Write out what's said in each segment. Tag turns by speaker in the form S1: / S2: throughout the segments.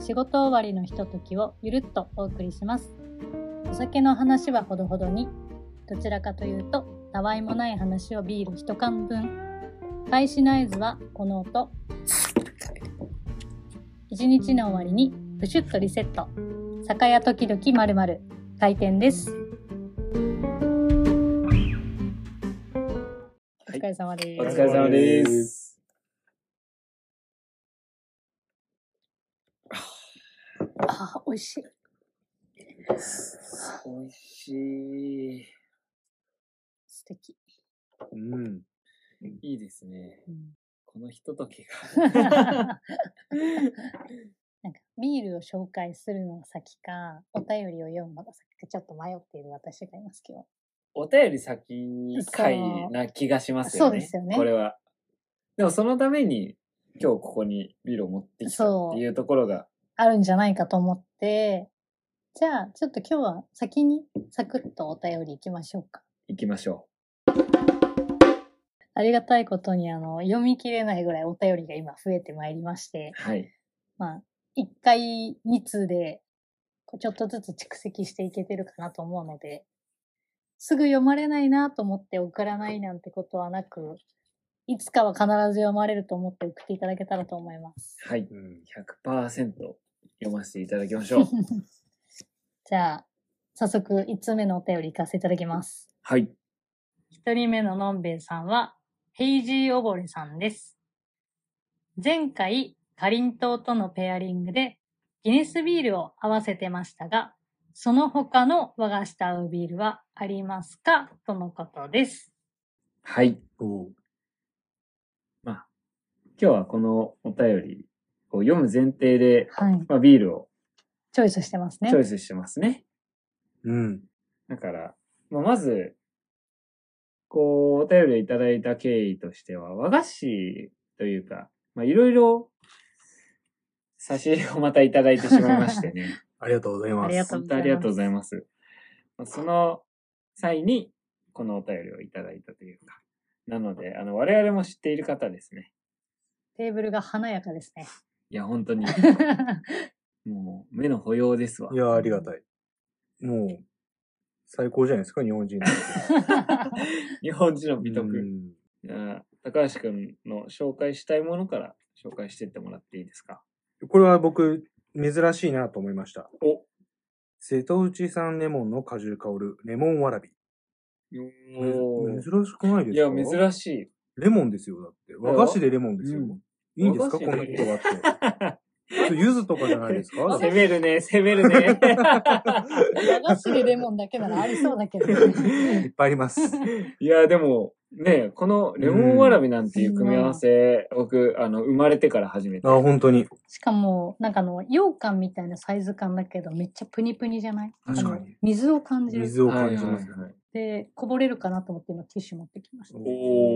S1: 仕事終わりのひとときをゆるっとお送りしますお酒の話はほどほどにどちらかというとたわいもない話をビール一缶分開始の合図はこの音一日の終わりにブシュッとリセット酒屋時々まるまる開店ですお疲れ様です、
S2: お疲れ様です。
S1: あー美味しい
S2: 美味しい。
S1: 素敵、
S2: うん。いいですね。
S1: うん
S2: このひととき
S1: なん
S2: が。
S1: かビールを紹介するのが先か、お便りを読むのが先か、ちょっと迷っている私がいますけど。
S2: お便り先に回な気がしますよね。
S1: そうそうですよね
S2: これは。でもそのために今日ここにビールを持ってきた
S1: そう
S2: っていうところが。
S1: あるんじゃないかと思って、じゃあちょっと今日は先にサクッとお便り行きましょうか。
S2: 行きましょ
S1: ありがたいことにあの、読み切れないぐらいお便りが今増えてまいりまして
S2: う。、はい。
S1: まあ、1回2通で、こうちょっとずつ蓄積していけてるかなと思うので、すぐ読まれないなと思って送らないなんてことはなく、いつかは必ず読まれると思って送っていただけたらと思います。
S2: はい。100%読ませていただきまし ょう。
S1: じゃあ、早速1通目のお便り行かせていただきます。
S2: はい。
S1: 1人目ののんべえさんは、ヘイジーおぼれさんです。前回、かりんとうとのペアリングで、ギネスビールを合わせてましたが、その他の和菓子と合うビールはありますかとのことです。
S2: はい。まあ、今日はこのお便りを読む前提で、
S1: はい。
S2: まあ、ビールを
S1: チョイスしてますね
S2: チョイスしてますね。
S3: うん。
S2: だから、まあ、まず、こう、お便りをいただいた経緯としては、和菓子というか、まあ、いろいろ、差し入れをまたいただいてしまいましてね。
S3: ありがとうございます。
S1: ありがとう
S2: 本当ありがとうございます。まあその際に、このお便りをいただいたというか。なので、あの、我々も知っている方ですね。
S1: テーブルが華やかです ね。
S2: いや、本当に、もう、目の保養ですわ
S3: い。や、ありがたい。もう、最高じゃないですか、日 本人の。
S2: 日本人の美徳。
S3: うん
S2: じゃあ高橋くんの紹介したいものから紹介していってもらっていいですか
S3: これは僕、珍しいなと思いました。
S2: お
S3: 瀬戸内産レモンの果汁香るレモンわらび。め
S2: お
S3: 珍しくないで
S2: い
S3: す
S2: や
S3: か、
S2: 珍しい。
S3: レモンですよ、だって。和菓子でレモンですよ。
S2: うん
S3: いいんです
S2: 和菓子
S3: か、
S2: で
S3: この言葉って。それ柚子とかじゃないですか
S2: 攻めるね、攻めるね。
S1: 和菓子でレモンだけならありそうだけどね。
S3: いっぱいあります。
S2: いや、でも、ね、このレモンわらびなんていう組み合わせ、僕、あの、生まれてから初めて
S3: あ、。本当に。
S1: しかも、なんかあの、羊羹みたいなサイズ感だけど、めっちゃプニプニじゃない
S3: 確かに
S1: あの水を感じる。
S3: 水を感じますね。
S2: はいはいはい
S1: で、こぼれるかなと思って今ティッシュ持ってきました。
S2: お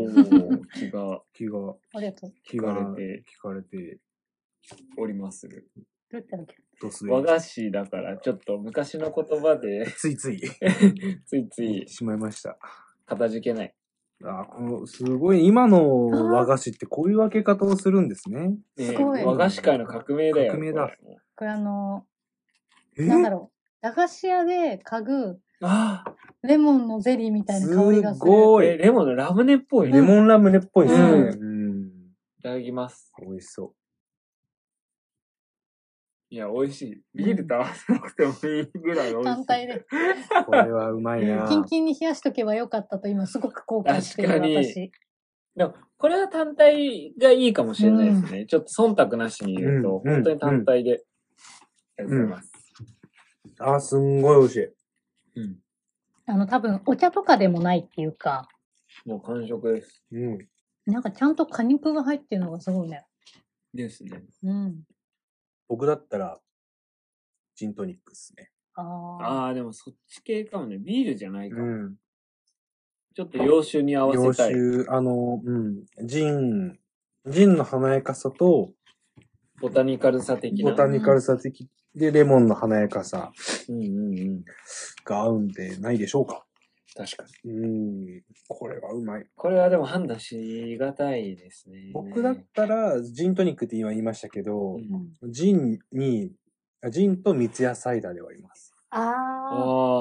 S2: ー、気が
S3: 気が、
S1: ありがとう。
S3: 気
S2: 聞
S3: が、
S2: か
S3: 聞
S2: れて
S3: かれて、
S2: おります。
S1: どうやったらいいっけ
S3: ドス
S2: 和菓子だから、ちょっと昔の言葉 で、
S3: ついつい、
S2: ついつ
S3: 言っ
S2: い
S3: てしまいました。
S2: 片付けない。
S3: あーこのすごい、今の和菓子ってこういう分け方をするんですね。
S2: ね
S1: すごい
S2: 和菓子界の革命だよ。
S3: 革命だ
S2: これ
S1: これあの、
S3: え
S1: なんだろう。駄菓子屋で嗅ぐ
S2: あ
S1: レモンのゼリーみたいな香りが
S3: す
S1: する。
S3: ご
S2: え、
S3: い。
S2: レモンのラムネっぽいね。
S3: レモンラムネっぽいで
S2: う
S3: すね。うん。
S2: いただきます。
S3: 美味しそ
S2: いや、美味しい。ビールと合わせなくてもいいぐらい美味しい。
S1: 単体で。
S3: う。これはうまいな
S1: キンキンに冷やしとけばよかったと今すごく後悔して
S2: 確
S1: る
S2: かに
S1: 私。
S2: でも、これは単体がいいかもしれないですね。ちょっと忖度なしに言うと、
S3: うん
S2: 本当に単体で。ありがとうございます。
S3: あー、すんごい美味しい。
S2: うん
S1: あの多分お茶とかでもないっていうか、
S2: もう完食です。
S3: うん。
S1: なんかちゃんと果肉が入ってるのがすごいね。
S2: ですね。
S1: うん。
S3: 僕だったら、ジントニックですね。
S1: ああ。
S2: あー、でもそっち系かもね。ビールじゃないかも。
S3: ん。
S2: ちょっと洋酒に合わ
S3: 洋
S2: せたい。
S3: 酒、あの、うん。ジン、ジンの華やかさと、
S2: ボタニカルさ的な。
S3: ボタニカルさ的で、レモンの華やかさ
S2: うんうんうん。
S3: が合うんでないでしょうか。
S2: 確かに。
S3: うん。これはうまい。
S2: これはでも判断しがたいですね。
S3: 僕だったら、ジントニックって今言いましたけど、
S2: うん
S3: ジンにジンと三ツ矢サイダーで割ります。
S1: ああ。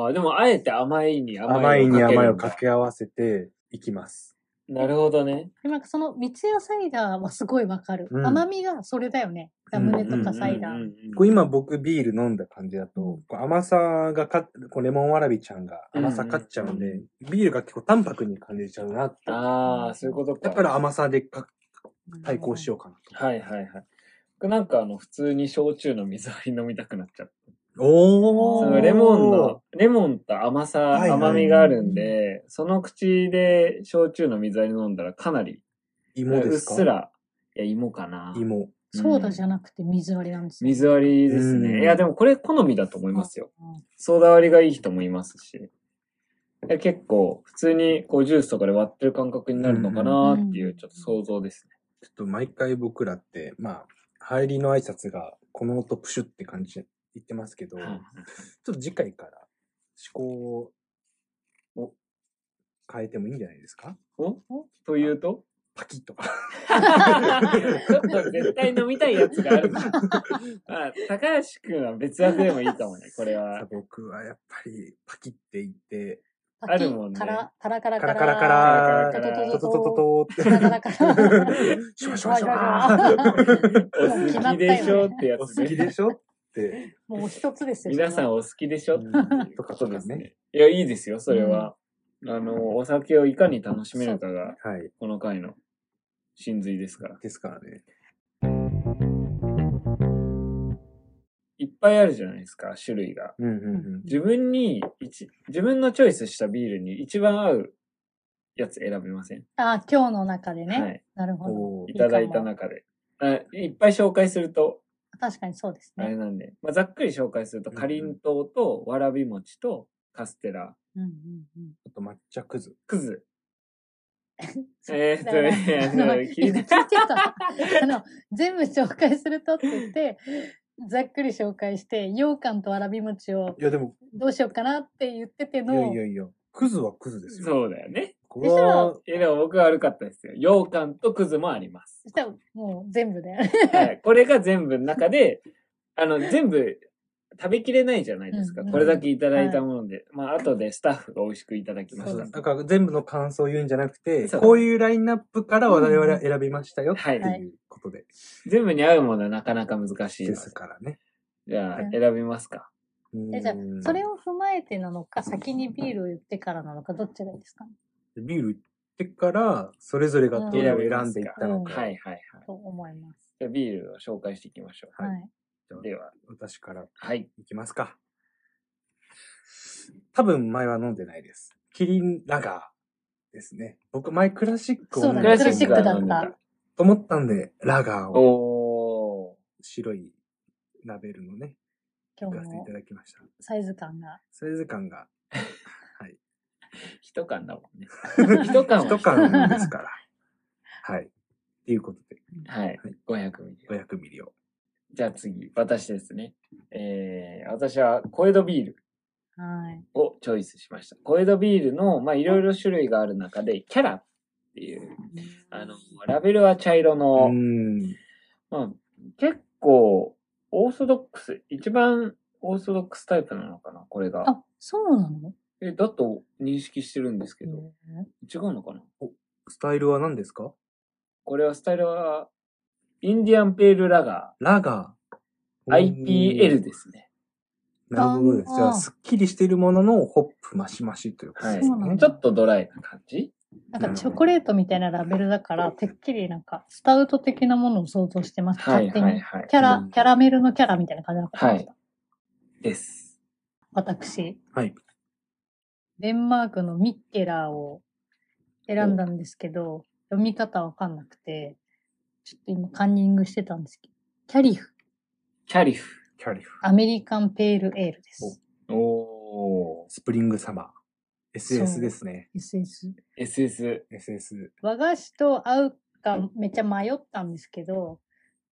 S2: ああ、でもあえて甘いに
S3: 甘
S2: 甘い
S3: い
S2: をかけるん
S3: に
S2: だ
S3: 甘いを掛け合わせていきます。
S2: なるほどね。
S1: でもなんかその三ツ矢サイダーはすごいわかる。
S3: うん
S1: 甘みがそれだよね。ラムネとかサイダー。
S2: うんうんうんうん
S3: こう今僕ビール飲んだ感じだと、こう甘さがか、こうレモンわらびちゃんが甘さ勝っちゃうんで、ビールが結構淡白に感じちゃうなって。
S2: ああ、そういうことか。
S3: だから甘さでか対抗し
S1: よ
S3: ようかな
S2: はいはいはい。これなんかあの、普通に焼酎の水割り飲みたくなっちゃう。
S3: と。お
S2: そ
S1: ー
S2: のレモンの、レモンと甘さ、
S3: はいはい
S2: 甘みがあるんで、その口で焼酎の水割り飲んだらかなり、
S3: 芋
S2: う
S3: で
S2: っ
S3: すか
S2: す。ら、いや、芋かな。
S3: 芋。
S1: う。ソーダじゃなくて水割りなんですよ。
S2: 水割りです
S3: う
S2: ね。
S3: ん
S2: いや、でもこれ好みだと思いますよ。
S1: うん
S2: ソーダ割りがいい人もいますし。いや結構、普通にこうジュースとかで割ってる感覚になるのかなっていうう、
S1: ん
S2: ちょっと想像ですね。
S3: ちょっと毎回僕らって、まあ、入りの挨拶がこの音プシュって感じで言ってますけど、ち
S2: はい
S3: ょっと次回から思考を変えてもいいんじゃないですか
S2: おという と
S3: パキッとか。
S2: ちょっと絶対飲みたいやつがあるな。ま あ、高橋くんは別枠でもいいかもね、これは。
S3: 僕はやっぱりパキって言って、
S1: パキ
S2: あるもんね
S1: カラカラカラ
S3: カラカラカ
S2: カ
S3: ラ
S2: ラカラ
S3: トトトトトト
S1: カラカラカ
S3: っ
S1: ラ。
S3: て、シュワシュワシュ
S1: シュワシュワシュ
S3: ワ。
S2: お好きでしょってや
S3: お
S2: つ
S3: 好き
S2: ね。
S3: でしょって。
S1: もう一つですよ。
S2: 皆さん
S1: を。
S2: お好きでしょって
S3: うんとか
S2: こと
S3: とか
S2: です
S3: ね。
S2: ね。いや、いいですよ、それは。あの、お酒をいかに楽しめるかが、
S3: はい。
S2: この回の真髄ですから。
S3: ですからね。
S2: いっぱいあるじゃないですか、種類が。
S3: うんうん
S2: 自分に一、自分のチョイスしたビールに一番合うやつ選べません、
S1: あ、今日の中で
S2: は
S1: ね。
S2: い。
S1: なる
S3: うん。
S1: ほ
S3: お
S2: い
S3: ー
S2: ただいた中で。あいっぱい紹介すると、
S1: ど。確かにそうです
S2: あれ
S1: ね。
S2: なんで、まあ、ざっくり紹介すると、
S3: うんうん
S2: かりんとうと、わらび餅と、カステラ、
S1: うんうんうん。
S3: あと抹茶くず。
S2: くず。えーっと
S1: だ
S2: ね、あ
S1: から
S2: の
S1: あの
S2: 聞
S1: 今
S2: い
S1: 聞い
S2: て
S1: てた。あの、全部紹介するとって言って、ざっくり紹介して、羊羹とわらび餅を
S3: いやでも、
S1: どうしようかなって言ってて
S3: いや
S1: の
S3: い、やいや、クズはクズですよ。
S2: そうだよね。
S3: これは、
S2: え、でも僕は悪かったですよ。羊羹とくずもあります
S1: そ。したらもう全部だよね。
S2: はい。これが全部の中で、あの、全部食べきれないじゃないですか。
S1: うんうん
S2: これだけいただいたもので。まあ、後でスタッフが美味しくいただきま
S3: ま
S2: し
S3: あ
S1: そう
S2: た
S1: で。す
S3: だから全部の感想を言うんじゃなくて、
S2: そう
S3: こういうラインナップから我々は選びましたよって
S2: はい
S1: はい
S3: いうことで。
S2: 全部に合うものはなかなか難しいの
S3: で
S2: です
S3: からね。
S2: じゃあ
S1: う、ん
S2: 選びますか。
S3: う
S1: え
S3: ん
S1: じゃあ、それを踏まえてなのか、先にビールを言ってからなのか、どっちがいいですか
S3: ビール行ってから、それぞれがどれを選んでいったの
S2: はい
S3: か。
S2: はいはい。
S1: と思います。
S2: じゃあ、ビールを紹介していきましょ
S1: は。
S3: はいい
S2: う。では、
S3: 私から
S2: はい。
S3: いきますか。多分前は飲んでないです。キリンラガーですね。僕前クラシックを飲ん
S1: そうだ
S3: で
S1: ねク
S3: た
S1: ラシックだっ
S2: クラシッ
S1: た
S2: ク。
S3: と思ったんで、ラガーを
S2: おー。
S3: 白いラベルのね、
S1: 今
S3: 行
S1: 日
S3: かせてい
S1: も
S3: ただきました。
S1: サイズ感が。
S3: サイズ感が
S2: 一缶だも んね。一缶は
S3: 一缶ですから。はい。っていうことで、
S2: はい。500ミリ。
S3: 500ミリを。
S2: じゃあ次、私ですね。えー、私は小江戸ビール
S1: はい。
S2: をチョイスしました。小江戸ビールの、まあ、いろいろ種類がある中で、キャラっていう、あの、ラベルは茶色
S3: う
S2: の、
S3: ん。
S2: まあ、結構、オーソドックス、一番オーソドックスタイプなのかな、これが。
S1: あ、そうなの
S2: え、だと認識してるんですけど、違うのかな
S3: スタイルは何ですか
S2: これはスタイルは、インディアンペールラガ
S3: ラガー。
S2: ー、IPL
S3: で。
S2: ですね。
S3: なるほどです。じゃ
S1: あ
S3: あ、
S1: ー
S3: すっきりしているもののホップマシマシということ
S2: は
S3: で
S2: い。
S3: す
S1: そうなん
S3: ね。
S2: ちょっとドライな感じ
S1: なんかチョコレートみたいなラベルだから、てっきりなんか、スタウト的なものを想像してました。
S2: はい
S1: 勝手
S2: はい
S1: に。
S2: はい。
S1: キャ
S3: う
S1: ラ
S3: ん、
S1: キャラメルのキャラみたいな感じなのかと思ってた。
S2: です。
S1: 私、
S3: はい。
S1: デンマークのミッケラーを選んだんですけど、読み方わかんなくて、ちょっと今カンニングしてたんですけど、キャリフ、
S2: キャリフ。
S3: キャリフ。
S1: アメリカンペールエールです。
S2: お
S3: スプリングサマー。
S1: そう
S3: SS ですね。
S1: SS。
S2: ー。SS。
S3: SS。
S1: 和菓子と合うかめっちゃ迷ったんですけど、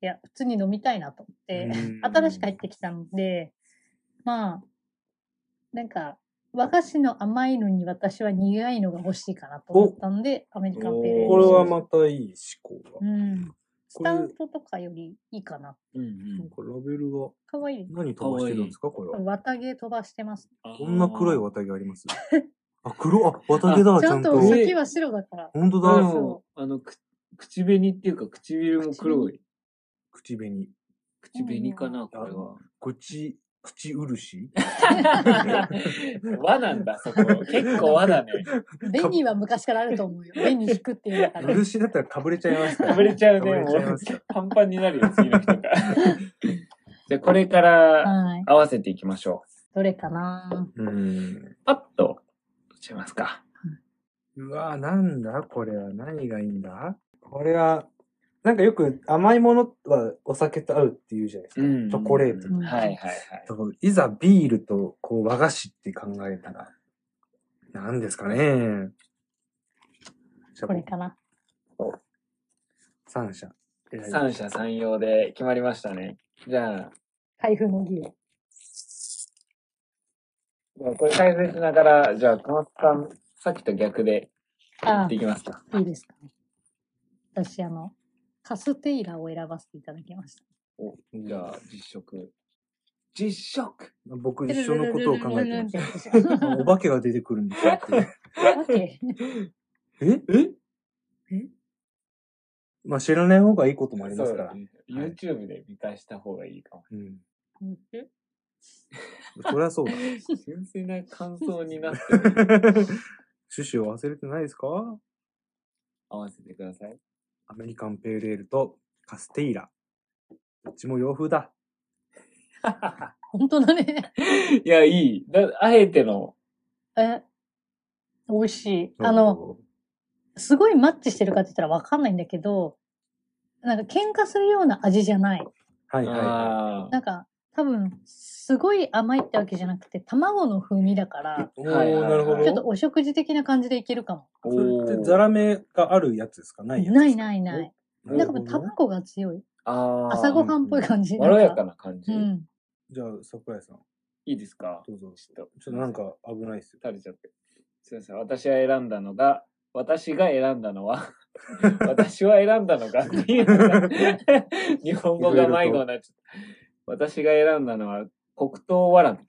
S1: いや、普通に飲みたいなと思って、新しく入ってきたので、まあ、なんか、和菓子の甘いのに私は苦いのが欲しいかなと思ったんで、アメリカンペールエール
S3: こ
S1: に
S3: れ
S1: しま
S3: は
S1: した
S3: またいい思考だ
S1: う。ん。スタントとかよりいいかな。
S2: うんう
S3: なん
S2: ん。
S3: かラベルが
S1: かわいい。
S3: 何飛ばしてるんですかこれは。
S1: 綿毛飛ばしてます。
S3: こんな黒い
S2: わ。
S3: 綿毛あります。 あ、黒、あ、綿毛だ、
S1: ち
S3: ち
S1: ゃ
S3: ゃ
S1: ん
S3: ん
S1: と
S3: と。
S1: 先は白だから。
S3: 本当
S2: あで
S3: だ、
S2: もあの、く口紅っていうか唇も黒い。
S3: 口紅。
S2: 口紅かな、これは。
S3: 口、口漆
S2: 和なんだ、そこ。結構和だね。
S1: 紅は昔からあると思うよ。紅引くっていうだ から。
S3: 漆だったらかぶれちゃいますから。
S2: かぶれちゃうね
S3: かぶれちゃいますから
S2: パンパンになるよ、次の 人が。じゃあ、これから
S1: はい。
S2: 合わせていきましょう。
S1: どれかな
S3: うん。
S2: パッと、しますか。
S3: うわぁ、なんだこれは。何がいいんだこれは、なんかよく甘いものはお酒と合うって言うじゃないですか。チョコレート。
S1: うん
S2: はいはいはい。
S3: そういざビールとこう和菓子って考えたら、何ですかね。じゃ
S1: これかな
S3: 三者。選び
S2: 三者三様で決まりましたね。じゃあ、
S1: 開封の儀を。
S2: これ解説しながら、じゃあ、小松さん、さっきと逆で、
S1: あ
S2: できますか。
S1: あ、いいですかね。私、あの、カステイラを選ばせていただきました。
S2: おじゃあ、実食。実食
S3: 僕一緒のことを考えてます。
S1: ます。
S3: お化けが出てくるんですよっていう。
S1: オッケー
S3: え
S2: え
S3: まあ知らない方がいいこともありま
S2: そ
S3: す
S2: う
S3: か
S2: だ
S3: ら。
S2: ね。YouTube で見返した方がいいかも。
S3: うん。
S1: うん
S3: そりゃそうだ。
S2: 純粋な感想になってる
S3: 趣旨を忘れてないですか
S2: 合わせてください。
S3: アメリカンペールエールとカステイラ。どっちも洋風だ。
S1: 本当だね。
S2: いや、いい。だあえての。
S1: え、美味しい。あの、すごいマッチしてるかって言ったらわかんないんだけど、なんか喧嘩するような味じゃない。
S3: はいはいは
S2: あ
S1: なんか、多分、すごい甘いってわけじゃなくて、卵の風味だから、
S3: い。お
S2: ーはいはいはい
S1: ちょっとお食事的な感じでいけるかも。
S2: あ。
S3: そ
S2: お
S3: れって
S2: ー
S3: ザラメがあるやつですかないやつ
S1: ないないない。
S3: い
S1: なんかもう卵が強い。
S2: あー
S1: 朝ごはんっぽい感じ。
S2: まろやか
S1: な。
S2: な感じ。
S1: うん。
S3: じゃあ、桜井さん、
S2: いいですか
S3: どうぞ。
S2: ちょっと、
S3: ちょっとなん、か危ないっすよ。
S2: 垂れちゃって。すいません。私は選んだのが、私が選んだの は、私は選んだのがっていうのが、日本語が迷子になっちゃった。私が選んだのは、黒糖わらび。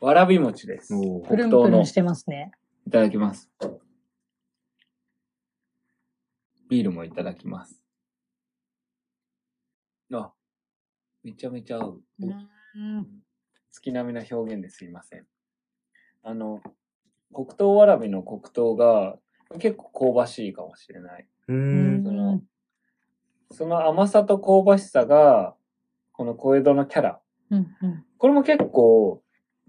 S2: わらび餅です。
S3: おー
S1: プル
S2: 黒
S1: ン
S2: 糖
S1: プル
S2: の。
S1: ン
S2: い
S1: してますね。
S2: ただきます。ビールもいただきます。あ、めちゃめちゃ合う。
S1: うん。
S2: 月並みな表現ですいません。あの、黒糖わらびの黒糖が結構香ばしいかもしれない。
S3: うー。。
S1: うんん。
S2: その甘さと香ばしさが、この小江戸のキャラ。
S1: うん。うん
S2: これも結構、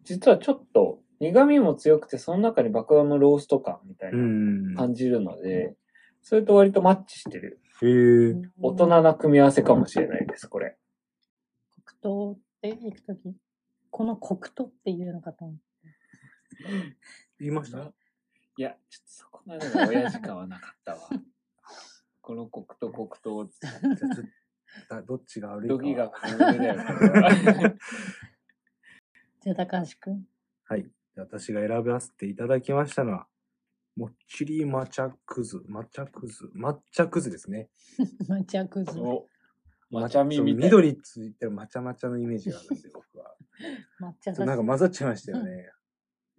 S2: 実はちょっと苦味も強くて、その中に爆弾のロースト感みたいうなん感じるので、それと割とマッチしてる。
S3: へえ。
S2: 大人な組み合わせかもしれないです、これ。
S1: 黒糖って行くとき、この黒糖っていうのかと思う。
S3: 言いました
S2: いや、ちょっとそこまでの親父感はなか ったわ。この黒糖黒糖って。
S3: じゃあちょっとだどっちが悪いか
S2: ド
S3: は。
S2: ギが完全だよね。
S1: じゃあ、高橋くん。
S3: はい。私が選ばせていただきましたのは、もっちり抹茶くず、抹茶くず、抹茶くずですね。
S1: 抹茶くず。
S2: お抹茶
S3: そう
S2: 耳みたいな。
S3: 緑ついてる抹茶抹茶のイメージがあるんで、僕は。
S1: 抹茶
S3: そうなん
S1: だ
S3: か
S1: し。
S3: 混ざっちゃいましたよね。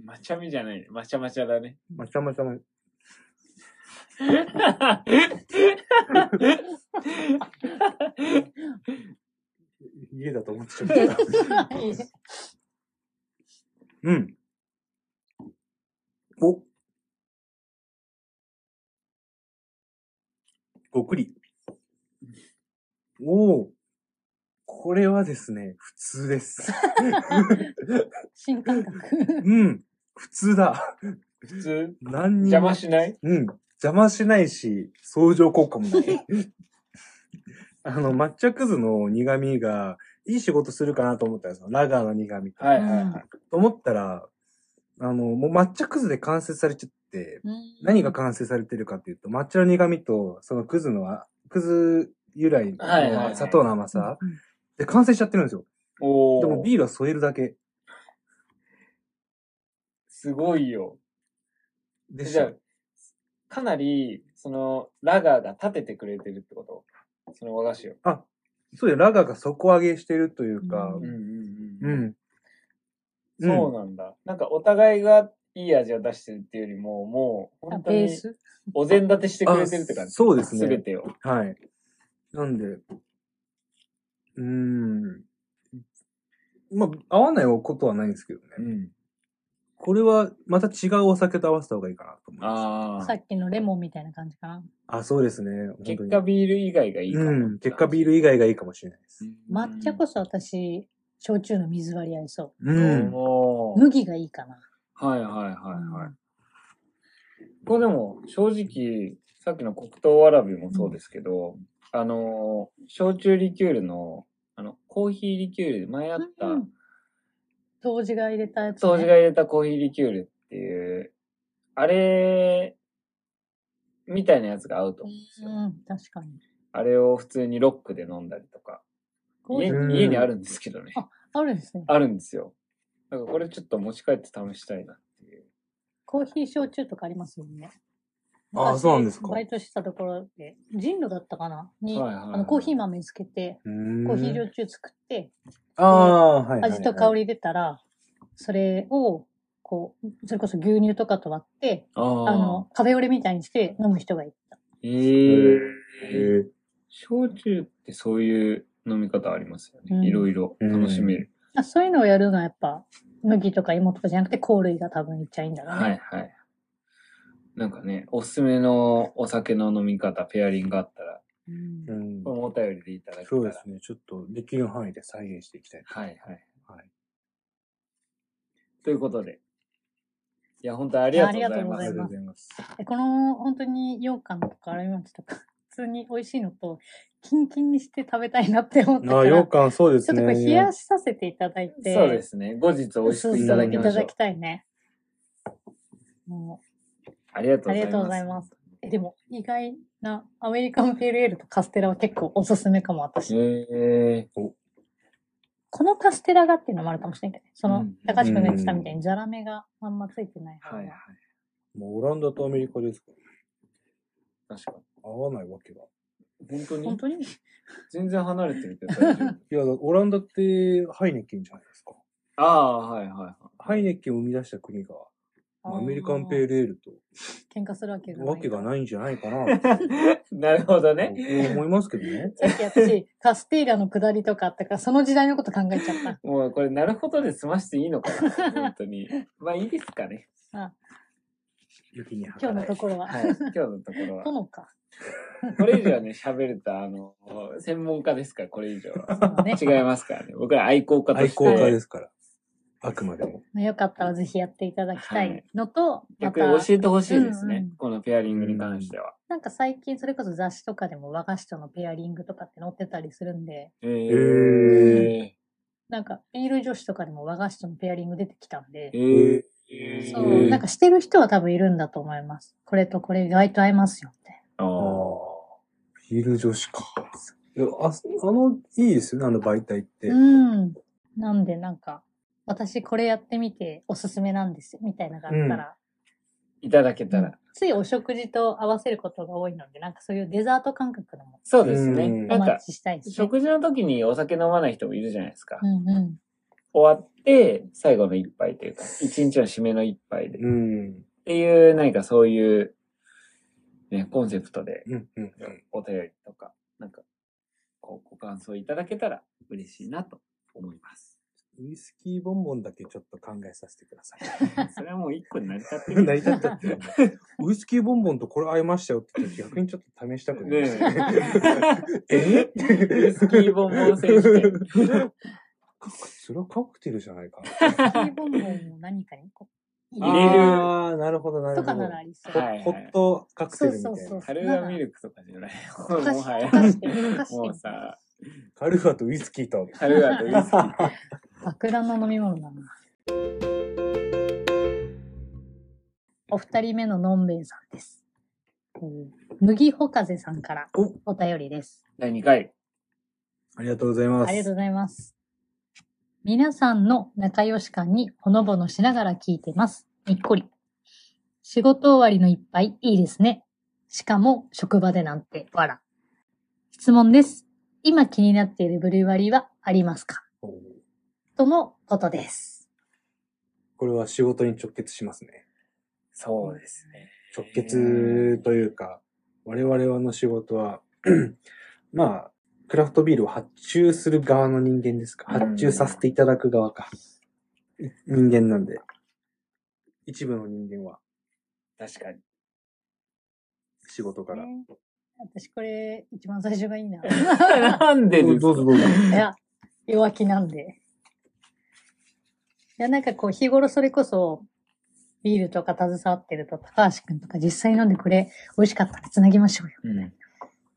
S2: 抹茶みじゃないね。抹茶抹茶だね。
S3: 抹茶抹 茶の、家だと思っちゃった。うん。おごくり。おお。これはですね、普 通です。
S1: 新感覚。
S3: うん。普通だ。
S2: 普通
S3: 何に
S2: 邪
S3: も
S2: 魔しない
S3: うん。邪魔しないし、相乗効果もない。 あの、抹茶くずの苦味が、いい仕事するかなと思ったんですよ。ラガーの苦味と。
S2: はいはいはい。
S3: と思ったら、あの、もう抹茶くずで完成されちゃって、
S1: うん
S3: 何が完成されてるかっていうと、抹茶の苦味と、そのくずのあ、くず由来
S2: はいはいは
S3: の
S2: い
S3: 砂糖の甘さ
S1: うん
S3: で完成しちゃってるんですよ。
S2: お
S3: でも
S2: ー。
S3: ビールは添えるだけ
S2: すごいよ。
S3: でし
S2: じゃ
S3: た
S2: あ。、かなり、その、ラガーが立ててくれてるってことその和菓子を。
S3: そうよ、ラガが底上げしてるというか
S1: う
S2: うん、
S3: うん。
S2: うん、うん。そうなんだ。なんかお互いがいい味を出してるっていうよりも、もう、本当
S1: ベ
S2: に
S1: ース
S2: お膳立てしてくれてるって感
S3: あ
S2: じ。
S3: そうですね
S2: すべてを。
S3: はい。なんで、うーん。まあ、合わないことはないんですけどね。
S2: ん。
S3: これはまた違うお酒と合わせた方がいいかなと思います。
S2: あ
S1: さ
S2: あ。
S1: っきのレモンみたいな感じかな。
S3: あそうですね。本当に
S2: 結果ビール以外がいいかも
S3: うん。結果ビール以外がいいかもしれないです。
S1: 抹茶こそ私、焼酎の水割り合いそうう。
S3: ん。
S2: おー
S1: 麦がいいかな。
S2: はいはいはいはい。これでも、正直、さっきの黒糖わらびもそうですけど、あのー、焼酎リキュールの、あの、コーヒーリキュールで前あ
S1: あ
S2: った、
S1: 当時が入れたやつ、ね。
S2: 掃除が入れたコーヒーリキュールっていう、あれ、みたいなやつが合うと思うんですよ。
S1: うん、確かに。
S2: あれを普通にロックで飲んだりとか。家
S3: うん
S2: 家にあるんですけどね。
S1: あるんですね。
S2: あるんですよ。だからこれちょっと持ち帰って試したいなっていう。
S1: コーヒー焼酎とかありますもんね。
S3: あ
S1: 昔
S3: そうなんですか
S1: バイトしてたところで、人路だったかなに、
S2: はいはいはい
S1: あの、コーヒー豆つけて、
S3: うん
S1: コーヒー焼酎作って、
S3: ああ、はいはいはい。
S1: 味と香り出たら、それを、こう、それこそ牛乳とかと割って、
S2: あ
S1: あの、カフェオレみたいにして飲む人がいた。
S2: え
S3: へ
S2: ー。
S3: ー。
S2: 焼酎ってそういう飲み方ありますよね。
S1: うん
S2: いろいろ楽しめる。
S1: あそういうのをやるのはやっぱ、麦とか芋とかじゃなくて、香類が多分いっちゃいいんだろうね。
S2: はいはい。なんかね、おすすめのお酒の飲み方、ペアリングがあったら、
S1: うん
S3: うん
S2: これもお便りでいただけたら。
S3: そうですね。ちょっとできる範囲で再現していきたい。
S2: はいはい。
S3: はい。
S2: ということで。いや、本当にありがとうござい
S1: あり
S2: ます。
S1: がとうござ
S3: います。
S1: でこの、本当に羊羹とか洗い餅とか、普通に美味しいのと、キンキンにして食べたいなって思った
S3: あ
S1: か
S3: あ、
S1: ら、ちょ
S3: 羊
S1: っと
S3: 羹そうです
S1: こ
S3: ね。
S1: れ冷やしさせていただいて、
S2: そうですね。後日美味し
S1: そう
S2: く
S1: そう
S2: いただきま
S1: い
S2: しょう。
S1: たいね。も
S2: ありがとうござ
S1: あり
S2: います。
S1: がとうございます。うえでも、意外な、アメリカンペールエールとカステラは結構おすすめかも、私。
S2: え
S1: このカステラがっていうのもあるかもしれないけど、そ
S2: うん
S1: の
S2: うん、
S1: 高橋君が言ってたみたいに、ザラメがあんまついてない
S2: ー、
S1: 方
S2: はいはい
S1: が。。
S3: もうオランダとアメリカですから。
S2: 確かに。
S3: 合わないわけが。
S2: 本当
S1: 本
S2: に
S1: 当に
S2: 全然離れてるけど大丈夫。
S3: いや、オランダってハイネケンじゃないですか。
S2: ああ、はいはいはい。
S3: ハイネケンを生み出した国が、アメリカンペー
S1: ル。
S3: ルエールと
S1: 喧嘩するわけがない。
S3: わけがないんじゃないかな、
S2: なるほど
S3: と
S2: ね。
S3: 思いますけどね。
S1: さっき私、カステーラの下りとかあったから、その時代のこと考えちゃった。
S2: もうこれ、なるほどで済ましていいのかな。本当に。まあいいですかね。
S3: 雪に
S1: 今日のところは。
S2: はい。今日のところは。
S1: 殿か。
S2: これ以上はね、喋ると、あの、専門家ですから、これ以上
S1: そ
S2: は。
S1: うね。
S2: 違いますからね。僕ら愛好家と
S3: 愛
S2: して。
S3: 好家ですから。あくまでも。
S1: まあよかったらぜひやっていただきた
S2: はい
S1: いのと、ま
S2: 逆
S1: た、
S2: に教えてほしいですね。
S1: うんうん
S2: このペアリングに関しては。
S1: なんか最近それこそ雑誌とかでも和菓子とのペアリングとかって載ってたりするんで、
S2: えー
S3: え
S1: なんかビール女子とかでも和菓子とのペアリング出てきたんで
S2: え、ー
S3: ー
S1: そ
S3: へ
S1: う、
S3: え
S1: なんかしてる人は多分いるんだと思います。これとこれ意外と合いますよって。
S2: あ
S3: ああ
S2: ー。
S3: ビール女子か。いやああの、いいですよね、あの媒体って。
S1: うん。なんでなんか、私これやってみておすすめなんですよ、みたいなのがあったら、
S2: いただけたら。
S1: ついお食事と合わせることが多いので、なんかそういうデザート感覚のも
S2: そうです
S3: う
S2: ね。
S3: ん
S2: な
S1: お
S2: んか
S1: 待、ちしたいですね。
S2: 食事の時にお酒飲まない人もいるじゃないですか。
S1: うん うん。
S2: 終わって、最後の一杯というか、一日の締めの一杯で。っ
S3: うん。
S2: ていう、何かそういう、ね、コンセプトで、
S3: うん。うん。
S2: お便りとか、なんか、こう、ご感想いただけたら嬉しいなと思います。
S3: ウイスキーボンボンだけちょっと考えさせてく ださい。
S2: それはもう一個になりたって
S3: 成り立っちゃってるんで。ウイスキーボンボンとこれ合いましたよって言って逆にちょっと試したくなりましたね。え
S2: ウイスキーボンボン選手権。
S3: それはカクテルじゃないか
S1: キーボンボンを何かにこう
S3: な。
S2: 入れる
S3: ああ、なるほど、なる
S1: と
S3: ほど。
S1: かならありそう。
S2: はい
S3: ホットカクテルみたいな。
S1: そうそうそう
S2: カルーアミルクとかじゃない。も
S1: 溶かし
S2: はや
S1: 溶。かして溶かして
S2: もうさ、
S3: カルファとウイスキーと。
S2: カルーアとウイスキー。
S1: 爆弾の飲み物だな。お二人目ののんべえさんです。えー麦ほかぜさんから
S3: お
S1: お便りです。
S2: 第2回。
S3: ありがとうございます。
S1: ありがとうございます。皆さんの仲良し感にほのぼのしながら聞いてます。にっこり。仕事終わりの一杯いいですね。しかも職場でなんて、わら。質問です。今気になっているブルワリーはありますかとのことです。
S3: これは仕事に直結しますね。
S2: そうですね。
S3: 直結というか、我々の仕事は、 まあ、クラフトビールを発注する側の人間ですか。
S2: うん
S3: 発注させていただく側か。人間なんで。一部の人間は
S2: 確 かに。
S3: 仕事から。
S1: ね私これ、一番最初がいいな。
S2: なんでですか
S3: うぞどうぞ。
S1: いや、弱気なんで。いや、なんかこう、日頃それこそ、ビールとか携わってると、高橋くんとか実際飲んでこれ、美味しかったら繋ぎましょうよ。
S2: うん。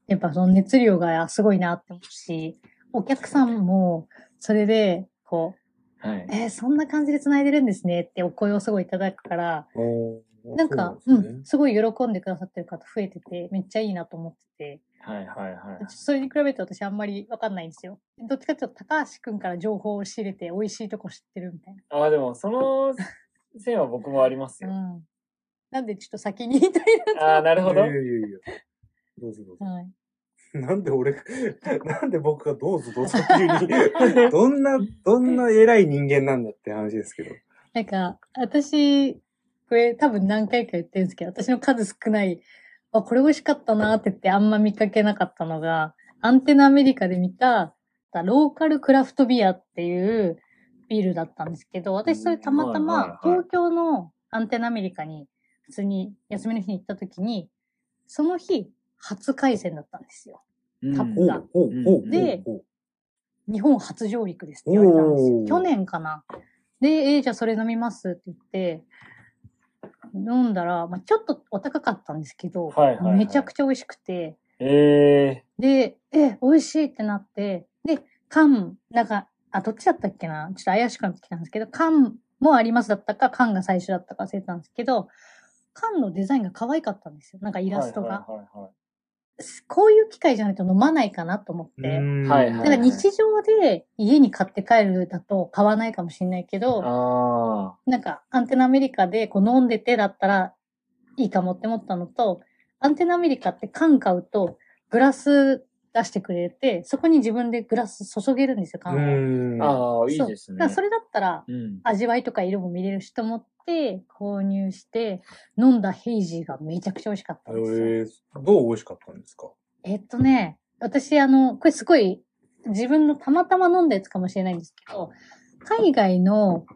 S1: やっぱその熱量がすごいなって思うし、お客さんも、それで、こ
S2: はい。
S1: う、えーそんな感じで繋いでるんですねってお声をすごいいただくから、
S3: おー
S1: なんか、
S3: そううですね
S1: ん、すごい喜んでくださってる方増えてて、めっちゃいいなと思って
S2: はいはいは
S1: て、それに比べて私あんまりわかんないんですよ。どっちかっていうと高橋くんから情報を仕入れて美味しいとこ知ってるみたい
S2: い。あ、でも、その線は僕もありますよ。
S1: な。うん。なんでちょっと先に言いたい
S2: ああ、なるほど
S3: いや。いやいやいや。どうぞどうぞ。
S1: な。はい。
S3: なんで俺が、なんで僕がどうぞどうぞ 急に、どんな、どんな偉い人間なんだって話ですけど。
S1: なんか、私、これ多分何回か言ってるんですけど、私の数少ない、あ、これ美味しかったなって言ってあんま見かけなかったのが、アンテナアメリカで見た、ローカルクラフトビアっていうビールだったんですけど、私それたまた
S2: うんはいはい
S1: ま
S2: は、い
S1: 東京のアンテナアメリカに、普通に休みの日に行った時に、その日、初回戦だったんですよ。
S2: うん
S1: た
S3: おう
S1: だ
S3: おうおうおう
S1: で
S3: おう
S1: 日本初上陸ですって言われたんです
S3: お
S1: よ
S3: ー。
S1: 去年かな。で、えーじゃあそれ飲みますって言って、飲んだら、まあ、ちょっとお高かったんですけど、
S2: はいはいはい
S1: めちゃくちゃ美味しくて、
S2: ええ
S1: で、え、美味しいってなって、で、缶、なんか、あ、どっちだったっけなちょっと怪しくなってきたんですけど、缶もありますだったか、缶が最初だったか忘れたんですけど、缶のデザインが可愛かったんですよ。なんかイ
S2: イ
S1: ラストが。
S2: はいはい
S1: こういう機会じゃないと飲まないかなと思って、
S2: はいはい
S1: なんか日常で家に買って帰るだと買わないかもしれないけど、
S2: あ
S1: なんかアンテナアメリカでこう飲んでてだったらいいかもって思ったのと、アンテナアメリカって缶買うとグラス出してくれて、そこに自分でグラス注げるんですよ、缶を。
S2: あ。
S3: ん
S2: ああ、いい
S1: そう
S2: です
S1: だ
S2: ね。
S1: からそれだったら
S2: うん。
S1: 味わいとか色も見れるしと思って購入して飲んだヘイジーがめちゃくちゃ美味しかったんですよ。
S3: えーどう美味しかったんですか
S1: えっとね、私、あの、これすごい、自分のたまたま飲んだやつかもしれないんですけど、海外の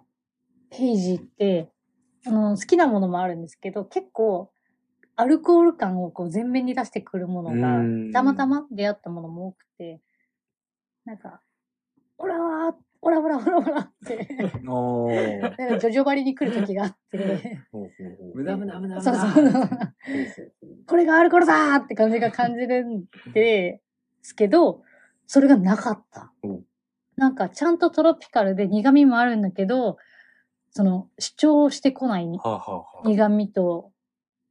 S1: ヘイジーって、あの、好きなものもあるんですけど、結構、アルコール感をこう前面に出してくるもの
S3: う
S1: が、
S3: ん
S1: たまたま出会ったものも多くて、なんか、オラー、オラオラオラオラって、
S3: ああ。ほう
S1: なんか、ジョジョりに来る時があって、
S3: ほうほう
S2: 無駄無駄無駄無
S1: そ
S2: 駄。
S1: うそう。
S3: ほうほうほう
S1: これがアルコールだーって感じが感じるんですけど、それがなかった
S3: うん。
S1: なんかちゃんとトロピカルで苦味もあるんだけど、その主張してこない
S3: はあはあはあ。
S1: 苦味と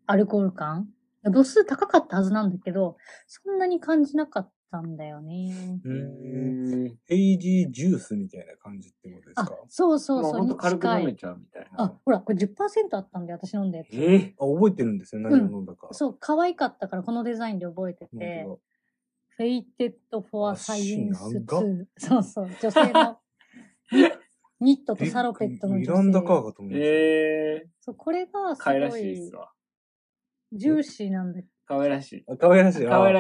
S1: アルコール感。度数高かったはずなんだけど、そんなに感じなかったんだよね。
S3: うーん
S2: ん。
S3: エイジージュースみたいな感じってことです
S1: あ
S3: か、
S1: そうそう
S2: まあ
S1: そう、
S2: ほんと
S1: に
S2: 軽く
S1: 近
S2: 飲め
S1: い。
S2: ちゃうみたい
S1: あ
S2: な。、
S1: ほら、これ10%あったんで私飲んだやつ。
S2: ええ
S3: あ、覚えてるんですよ。何を飲んだか。
S1: そう、可愛かったからこのデザインで覚えて
S3: 本
S1: て。
S3: 当
S1: フェイテッド・フォア・
S3: あ
S1: サイエンス
S3: シーン長
S1: 2。そうそう。女性 のニット
S3: だ
S1: とサロペットの
S3: ミ
S1: 女性。
S3: ランダカーかと思いました。
S2: ええ
S1: そう、これがす
S2: 可愛ら
S1: ご
S2: しいっ
S1: い
S2: すわ。
S1: ジューシーなんだけ
S2: 可愛らしい。
S3: あ可愛らしい。
S2: 可愛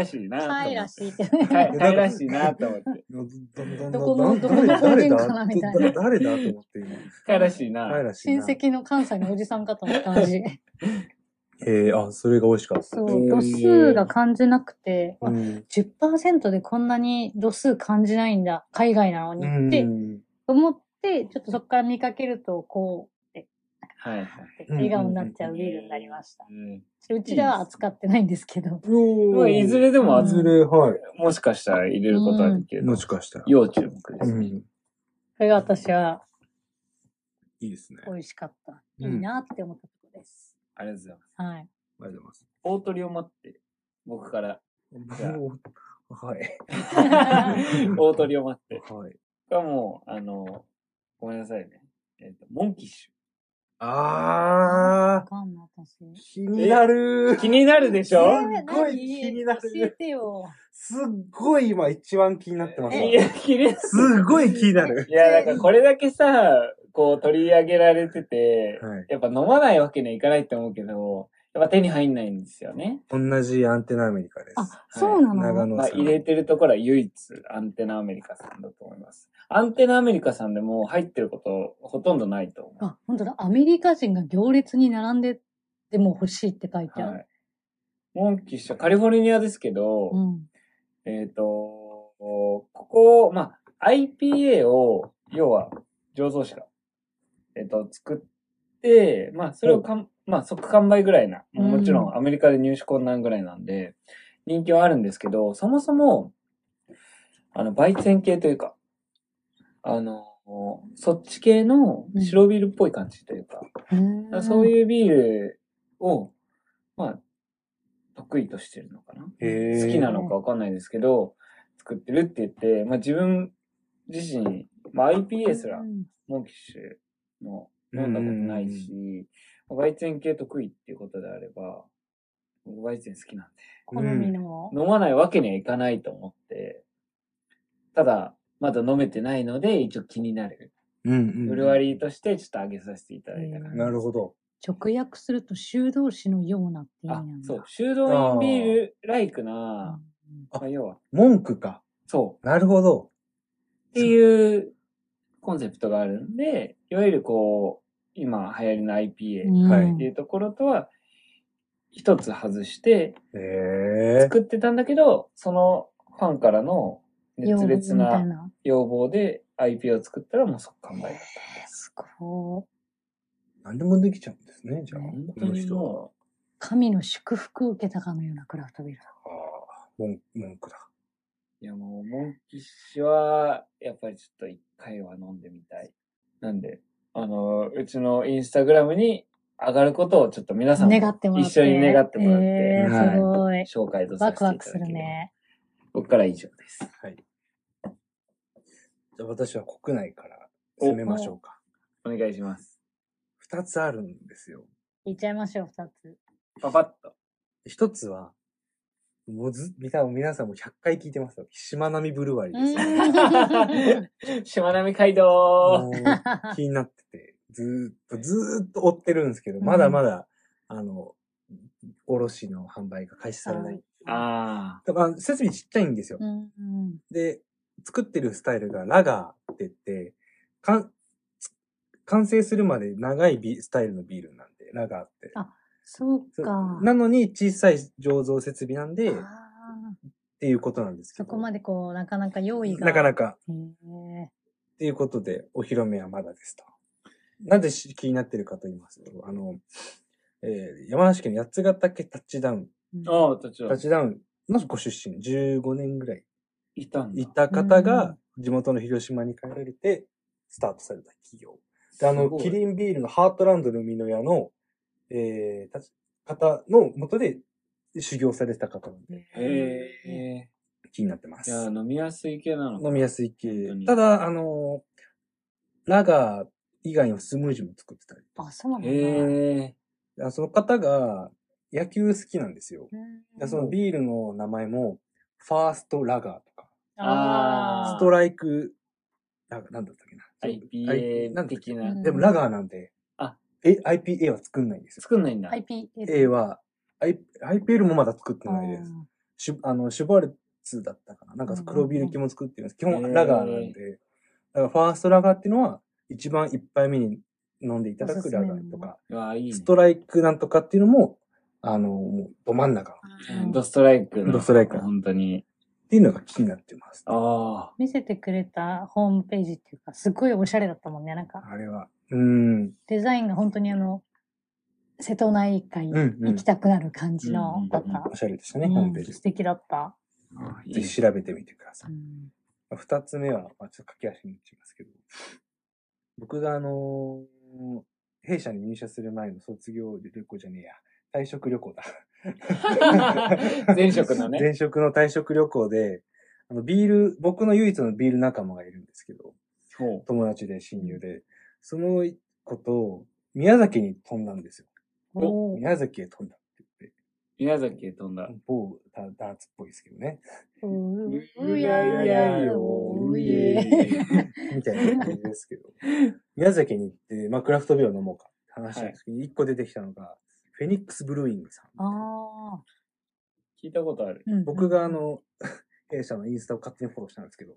S2: ら
S3: しい。
S2: しい
S1: ど、
S2: なと思って。
S1: 可愛らしいってね。
S2: か可愛らしいなと思って。
S3: ど
S1: どこのどこの
S3: 誰
S1: 方言かな
S3: だ
S1: みたいな
S3: ど誰だと思って今。
S2: 可愛らしいな。
S3: 可愛らしい
S1: 親
S3: な。
S1: 戚の関西のおじさんかと思った感じ。
S3: ええあ、それが美味しかった。
S1: そう、度数が感じなくて、あ
S3: うん。
S1: 10%でこんなに度数感じないんだ、海外なの
S3: う
S1: にって
S3: ん。
S1: 思って、ちょっとそこから見かけると、こ
S2: はいはい。
S1: う、笑顔になっちゃうビールになりました。
S2: うん
S1: うちでは扱ってないんですけど。
S2: まあいずれでも
S1: うん
S3: い
S2: 集め
S3: ずれ、はい。
S2: もしかしたら入れることはできる。
S3: もしかしたら。
S2: 要注目で
S3: う
S2: すね。
S3: ん。
S1: それが私はい
S3: いですね。
S1: 美味しかった。
S3: う
S1: い
S3: ん
S1: いなって思ったところです。
S2: ありがとうございます。
S1: はい。
S3: ありがとうございます。
S2: 大鳥を待って、僕から。じゃあ
S3: もうはい。
S2: 大鳥を待って。
S3: は
S2: こ
S3: い。
S2: れはもう、あの、ごめんなさいね。えっ、と、モンキッシ
S1: わ
S3: あ
S1: かんない、私。
S3: ー、気になる。
S2: 気になるでしょ
S1: え
S3: すっご
S1: 何
S3: い気になる
S1: 教えてよ。
S3: すっごい今一番気になってますわ。
S2: いや、気になる。
S3: すっごい気になる。
S2: いや、だからこれだけさ、こう取り上げられてて、
S3: はい。
S2: やっぱ飲まないわけにはいかないと思うけど、やっぱ手に入んないんですよね。
S3: 同じアンテナアメリカです。
S1: あ、そうな
S3: 長
S1: の
S3: 野
S2: まあ、
S3: さん。
S2: 入れてるところは唯一アンテナアメリカさんだと思います。アンテナアメリカさんでも入ってることほとんどないと思
S1: あ、本当だ。アメリカ人が行列に並んで、でも欲しいって書いて
S2: う。
S1: ある。
S2: はい。モンキッシュ、カリフォルニアですけど、
S1: うん。
S2: えっ、と、ここ、まあ、IPA を、要は、醸造士が、えっ、と、作って、まあ、それをかん、まあ、即完売ぐらいな、
S1: うん
S2: もちろんアメリカで入手困難ぐらいなんで、人気はあるんですけど、そもそも、あの、焙煎系というか、あの、そっち系の白ビールっぽい感じというか、だからそう
S1: う
S2: いうビールを、まあ、得意としてるのかな。
S3: へー
S2: 好きなのかわかんないですけど、作ってるって言って、まあ自分自身、まあ IPA すら
S1: う、ん
S2: モンキッシュの飲んだことないし、バイチェン系得意っていうことであれば、僕バイチェン好きなん
S1: 好みの。
S2: で、飲まないわけにはいかないと思って、ただ、まだ飲めてないので、一応気になる。
S3: うんうん。
S2: うるわりとして、ちょっと上げさせていただいた感じ。
S3: なるほど。
S1: 直訳すると修道士のようなって意味な
S2: あ
S1: んだ。、
S2: そう、修道院ビールライクな、
S1: うん
S3: あ
S2: まあ、要は、
S3: 文句か。
S2: そう、
S3: なるほど。
S2: っていうコンセプトがあるんで、いわゆるこう、今流行りの IPA
S1: うん
S3: はい
S2: っていうところとは、一つ外して
S3: へえ。
S2: 作ってたんだけど、そのファンからの熱烈
S1: 用語みたい
S2: な
S1: な。
S2: 要望で IPA を作ったらもう即完売だった。
S1: すごい。
S3: 何でもできちゃうんですね、じゃあ、
S2: 本
S3: こ
S2: 当
S3: の
S2: に
S3: 人は。
S2: も
S1: 神の祝福を受けたかのようなクラフトビールだ。
S3: ああ、文文句だ。
S2: う、いやもう、モンキッシュは、やっぱりちょっと一回は飲んでみたい。なんで、あの、うちのインスタグラムに上がることをちょっと皆さんも
S1: 願ってもらって。
S2: 一緒に願ってもらって。
S1: え
S3: はい
S1: ー、すごい。
S2: 紹介とさ
S1: ワ
S2: せていた
S1: ク
S2: だ
S1: ワ
S2: き
S1: クするね。
S2: 僕からは以上です。
S3: はい。じゃあ私は国内から攻めましょうか。
S2: お願いします。
S3: 二つあるんですよ。
S1: いっちゃいましょう、二つ。
S2: パパッ と。
S3: 一つは、もうず、みた皆さんも100回聞いてますよ。しまなみブルワリーですよね。
S2: しまなみ海道
S3: もう気になってて、ずーっと、ずーっと追ってるんですけど、まだまだ、あの、卸の販売が開始されない。
S2: あ
S3: だから設備ちっちゃいんですよ。
S1: うんうん
S3: で、作ってるスタイルがラガーって言って、かんつ完成するまで長いビスタイルのビールなんで、ラガーって。
S1: あそう
S3: そう
S1: か。
S3: なのに小さい醸造設備なんで、っ
S1: あー
S3: ていうことなんですけ
S1: そ
S3: ど。
S1: こまでこう、なかなか用意が。
S3: なかな
S1: か。
S3: か。
S1: へえ
S3: っていうことで、お披露目はまだですと。なぜし気になってるかと言いますと、あの、えー山梨県八ヶ岳タッチダウン、
S1: うん
S2: あ。ああ、途中
S3: タッ。チダウンのご出身、15年ぐらい
S2: いたんだ。
S3: いた方
S1: う
S3: が
S1: ん、
S3: 地元の広島に帰られて、スタートされた企業。で、あ
S2: す
S3: の、
S2: ごい
S3: キリンビールのハートランドの海の屋の、えー、たち方の元で修行されてた方なんで、
S2: へえ。
S3: 気になってま
S2: い
S3: す。
S2: や、飲みやすい系なの。
S3: 飲みやすい系
S2: 本当。に
S3: ただ、あの、ラガー以外のスムージーも作ってたり。
S1: あ、そうなんだ。
S2: へえ。
S3: あその方が野球好きなんですよ。
S1: うん
S3: でそのビールの名前も、ファーストラガーとか、
S1: あ
S2: あ
S1: ー
S3: ストライク、ラガーなんだったっけな。な
S2: IPA
S3: んだっけ
S2: 的な
S1: うん。
S3: でもラガーなんで、
S2: あ
S3: え、IPA は作んないんですよ。
S2: 作んないんだ。
S1: IPA。
S3: A は、I、IPL もまだ作って
S1: あ
S3: ない
S1: ー
S3: です。シュあの、シュバルツだったかな。なんか黒ビール系も作ってるんです。基
S2: う
S3: 本
S2: んうん
S3: ラガーなんで。だからファーストラガーっていうのは、一番一杯目に飲んでいただくラガーとか、
S2: うわ、いいね。
S3: ストライクなんとかっていうのも、あの、もうど真ん中
S1: うん
S2: ドストライクの。
S3: ドストライク
S2: 本当に。
S3: っていうのが気になってます。あ
S2: ああ。
S1: 見せてくれたホームページっていうか、すごいおしゃれだったもんね。なんか、
S3: れは。うーん。
S1: デザインが本当にあの、瀬戸内海
S3: うん
S1: に
S3: う
S1: 行
S3: ん
S1: き。たくなる感じの、
S2: うん
S1: だった。
S3: おしゃれでしたね、
S1: うん
S3: ホームページ
S1: 素。敵だった。
S2: いい
S3: ぜ
S2: ね
S3: ひ調べてみてください。
S1: うん
S3: 二つ目は、まあ、ちょっと駆け足に行きますけど、僕があのー弊社に入社する前の卒業旅行じゃねえや、退職旅行だ。
S2: 前職のね。
S3: 前職の退職旅行で、あの、ビール、僕の唯一のビール仲間がいるんですけど、
S2: ほ
S3: 友達で親友で、その子と、宮崎に飛んだんですよ。
S1: おー
S3: 宮崎へ飛んだって言って。
S2: 宮崎へ飛んだ。
S3: 某ダダーツっぽいですけどね。
S1: う
S2: う
S1: や
S2: や
S1: う
S2: い
S1: や
S2: や
S1: よ
S2: よ
S1: う
S2: う
S1: え
S2: え
S3: みたいな感じで すけど。宮崎に行って、まあ、クラフトビールを飲もうかって話したんですけど、一個出てきたのが、フェニックスブルーイングさん。
S1: あ
S2: 聞いたことある。
S1: ー。
S3: 僕があの、 弊社のインスタを勝手にフォローしたんですけ ど、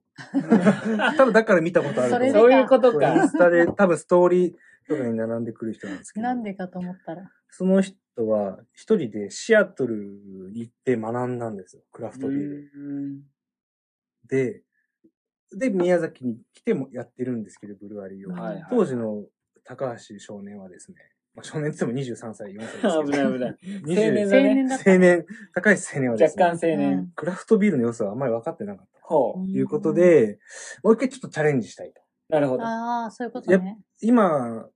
S3: 多分だから見たことあると
S1: それ
S3: 思
S1: で
S2: そういうこと
S3: イン
S2: か。
S3: スタで多分ストーリーとかに並んでくる人なんですけど、
S1: なんでかと思ったら。
S3: その人は一人でシアトルに行って学んだんですよ、クラフトビール。で、で、宮崎に来てもやってるんですけど、ブルワリーを。
S1: はいはい
S3: 当時の高橋少年はですね、まあ、少年っつっても23歳、4歳ですけど
S2: 危ない危 ない。
S3: 20
S2: 青年
S1: 青
S2: だね
S1: 年だった。
S3: 青年、高橋青年はで
S2: 若
S3: すね、
S2: 干青年。
S3: クラフトビールの良さはあんまり分かってなかった。
S2: ほ
S1: うん
S3: ということ。で、もう一回ちょっとチャレンジしたいと。
S2: う。なるほど。
S1: ああ、そういうことね。
S3: 今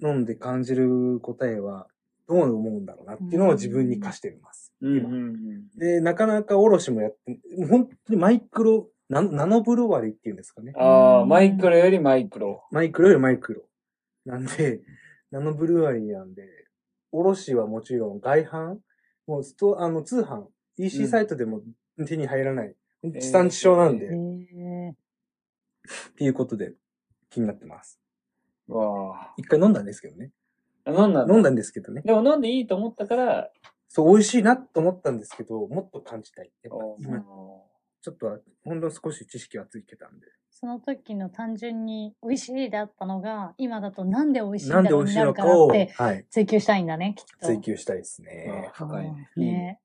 S3: 飲んで感じる答えはどう思うんだろうなっていうのを自分に課しています。
S2: うんうん
S3: 今
S2: うん。
S3: で、なかなかおろしもやって、もう本当にマイクロ、ナナノブロワリーっていうんですかね。
S2: ああ、マイクロよりマイクロ。
S3: マイクロよりマイクロ。なんで、ナノブルワリーなんで、おろしはもちろん外販もうスト、あの、通販、
S2: う
S3: EC
S2: ん
S3: サイトでも手に入らない。
S2: ー
S3: 地産地消なんで、
S2: え
S1: へえ。
S3: っていうことで気になってます。
S2: わ
S3: 一回飲んだんですけどね。
S2: あ。飲んだ
S3: 飲ん
S2: だ。
S3: だんですけどね。
S2: でも飲んでいいと思ったから、
S3: そう、美味しいなと思ったんですけど、もっと感じたい。やっぱ
S2: お
S3: 今、ちょっとは、ほんの少し知識はついてたんで。
S1: その時の単純に美味しいだったのが、今だとなんで美味しいんだ
S3: なんで
S1: ろ
S3: 美
S1: う
S3: 味
S1: に
S3: しい
S1: な
S3: の
S1: る
S3: か
S1: からっ
S3: を、
S1: て
S3: はい、
S1: 追求したいんだね、きっと。
S3: 追求したいですね
S2: あ。深いね。
S1: うんね。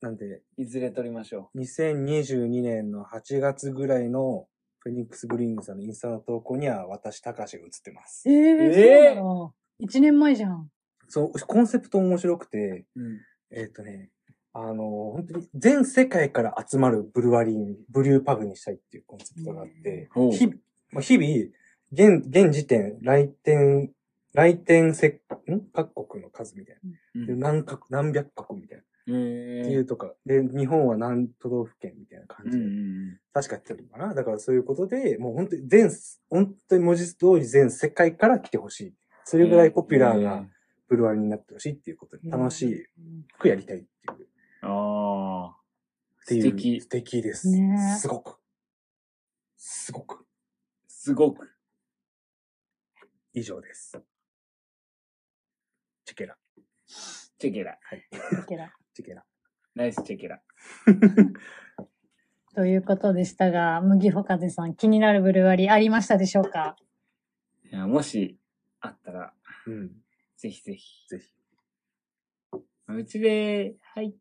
S3: なんで、
S2: いずれ取りましょ
S3: 2022年の8月ぐらいのフェニックスブリングさんのインスタの投稿には私、高橋が映ってます
S1: え。ー、
S2: えー
S1: そうなの一年前じゃん。
S3: そう、コンセプト面白くて、
S2: う。うん。
S3: えっ、とね、あの、本当に全世界から集まるブルワリーに、ブリューパブにしたいっていうコンセプトがあって、
S2: ほう
S3: 日々まあ日々、現、現時点、来店、来店せ、ん各国の数みたいな。で何か何百国みたいな。
S2: えー
S3: っていうとか、で、日本は何都道府県みたいな感
S2: うん
S3: じ
S2: う
S3: で。
S2: ん
S3: 確かやってるのかなだからそういうことで、もう本当に全、本当に文字通り全世界から来てほしい。それぐらいポピュラーな。ブルワリーになってほしいっていうことで、楽し
S1: うん。
S3: くやりたいっていう。
S2: ああ。
S3: ってい
S2: 素
S3: う
S2: 敵
S3: 素敵です。
S1: ねえ
S3: すごく。すごく。
S2: すごく。
S3: 以上です。チェケラ。
S2: チェケラ。
S1: いけた
S3: チェケラ。
S2: ナイスチェケラ。
S1: ということでしたが、麦ほかぜさん、気になるブルワリーありましたでしょうか
S2: いやもし、あったら、
S3: うん。
S2: ぜひぜひ。
S3: ぜひ。
S2: うちで、はい。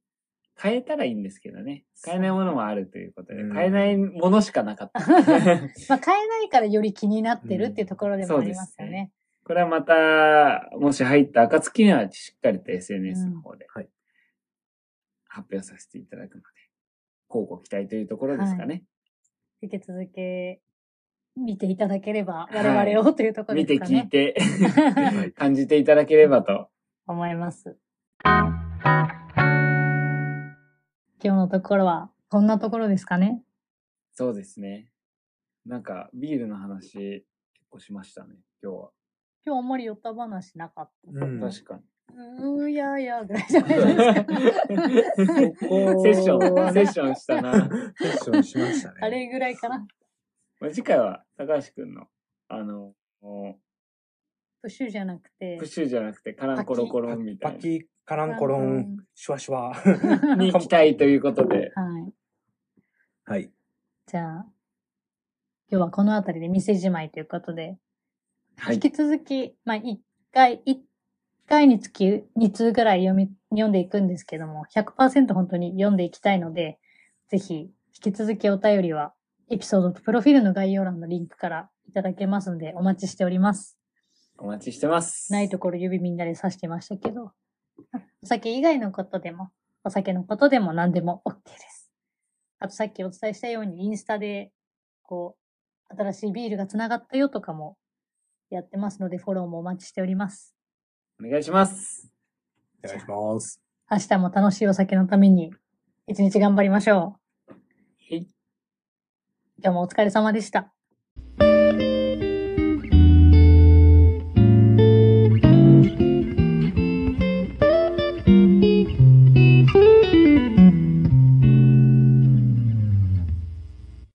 S2: 変えたらいいんですけどね。買えないものもあるということで
S3: う、ん
S2: 買えないものしかなか った。
S1: まあ、買えないからより気になってるっていうところでも
S2: う
S1: あ
S2: ん
S1: りますよね。
S2: これはまた、もし入った暁にはしっかりと SNS の方で、
S3: うんはい
S2: 発表させていただくので、広告期待というところですかね。
S1: 引き続き、見ていただければ、
S2: はい
S1: 我々をというところ
S2: 見
S1: で
S2: て
S1: すか
S2: 聞い
S1: ね。
S2: て、
S3: は い
S2: 感じていただければと。
S1: 思います。今日のところは、こんなところですかね。
S2: そうですね。なんか、ビールの話、結構しましたね、今日は。
S1: 今日あんまり寄った話なかった。
S3: うん。
S2: 確かに。
S1: うーやーやーぐらいじゃないですか。
S3: こ
S2: セッショ
S3: は
S2: ン、セ
S3: ね
S2: ッションしたな。
S3: セッションしましたね。
S1: あれぐらいかな。
S2: まあ次回は、高橋くんの、あの、
S1: プッシュじゃなくて
S2: プッ、シュじゃなくて、カランコロコロンみた
S3: パ
S2: い
S3: キ、カランコロ
S1: カランコ
S3: ン
S1: ロン、
S3: シュワシュワ。
S2: な。 に期待ということで。
S1: はい。
S3: はい。
S1: じゃあ、今日はこの辺りで店じまいということで、
S2: はい
S1: 引。き続き、まあ、1回、一回につき2通ぐらい読み、読んでいくんですけども、100%本当に読んでいきたいので、ぜひ、引き続きお便りは、エピソードとプロフィールの概要欄のリンクからいただけますので、お待ちしております。
S2: お待ちしてます。
S1: ないところ指みんなで指してましたけど、お酒以外のことでも、お酒のことでも何でも OK です。あとさっきお伝えしたようにインスタで、こう、新しいビールが繋がったよとかもやってますので、フォローもお待ちしております。
S2: お願いします。
S3: お願いします。
S1: 明日も楽しいお酒のために、一日頑張りましょう。
S2: はい
S1: 今日もお疲れ様でした。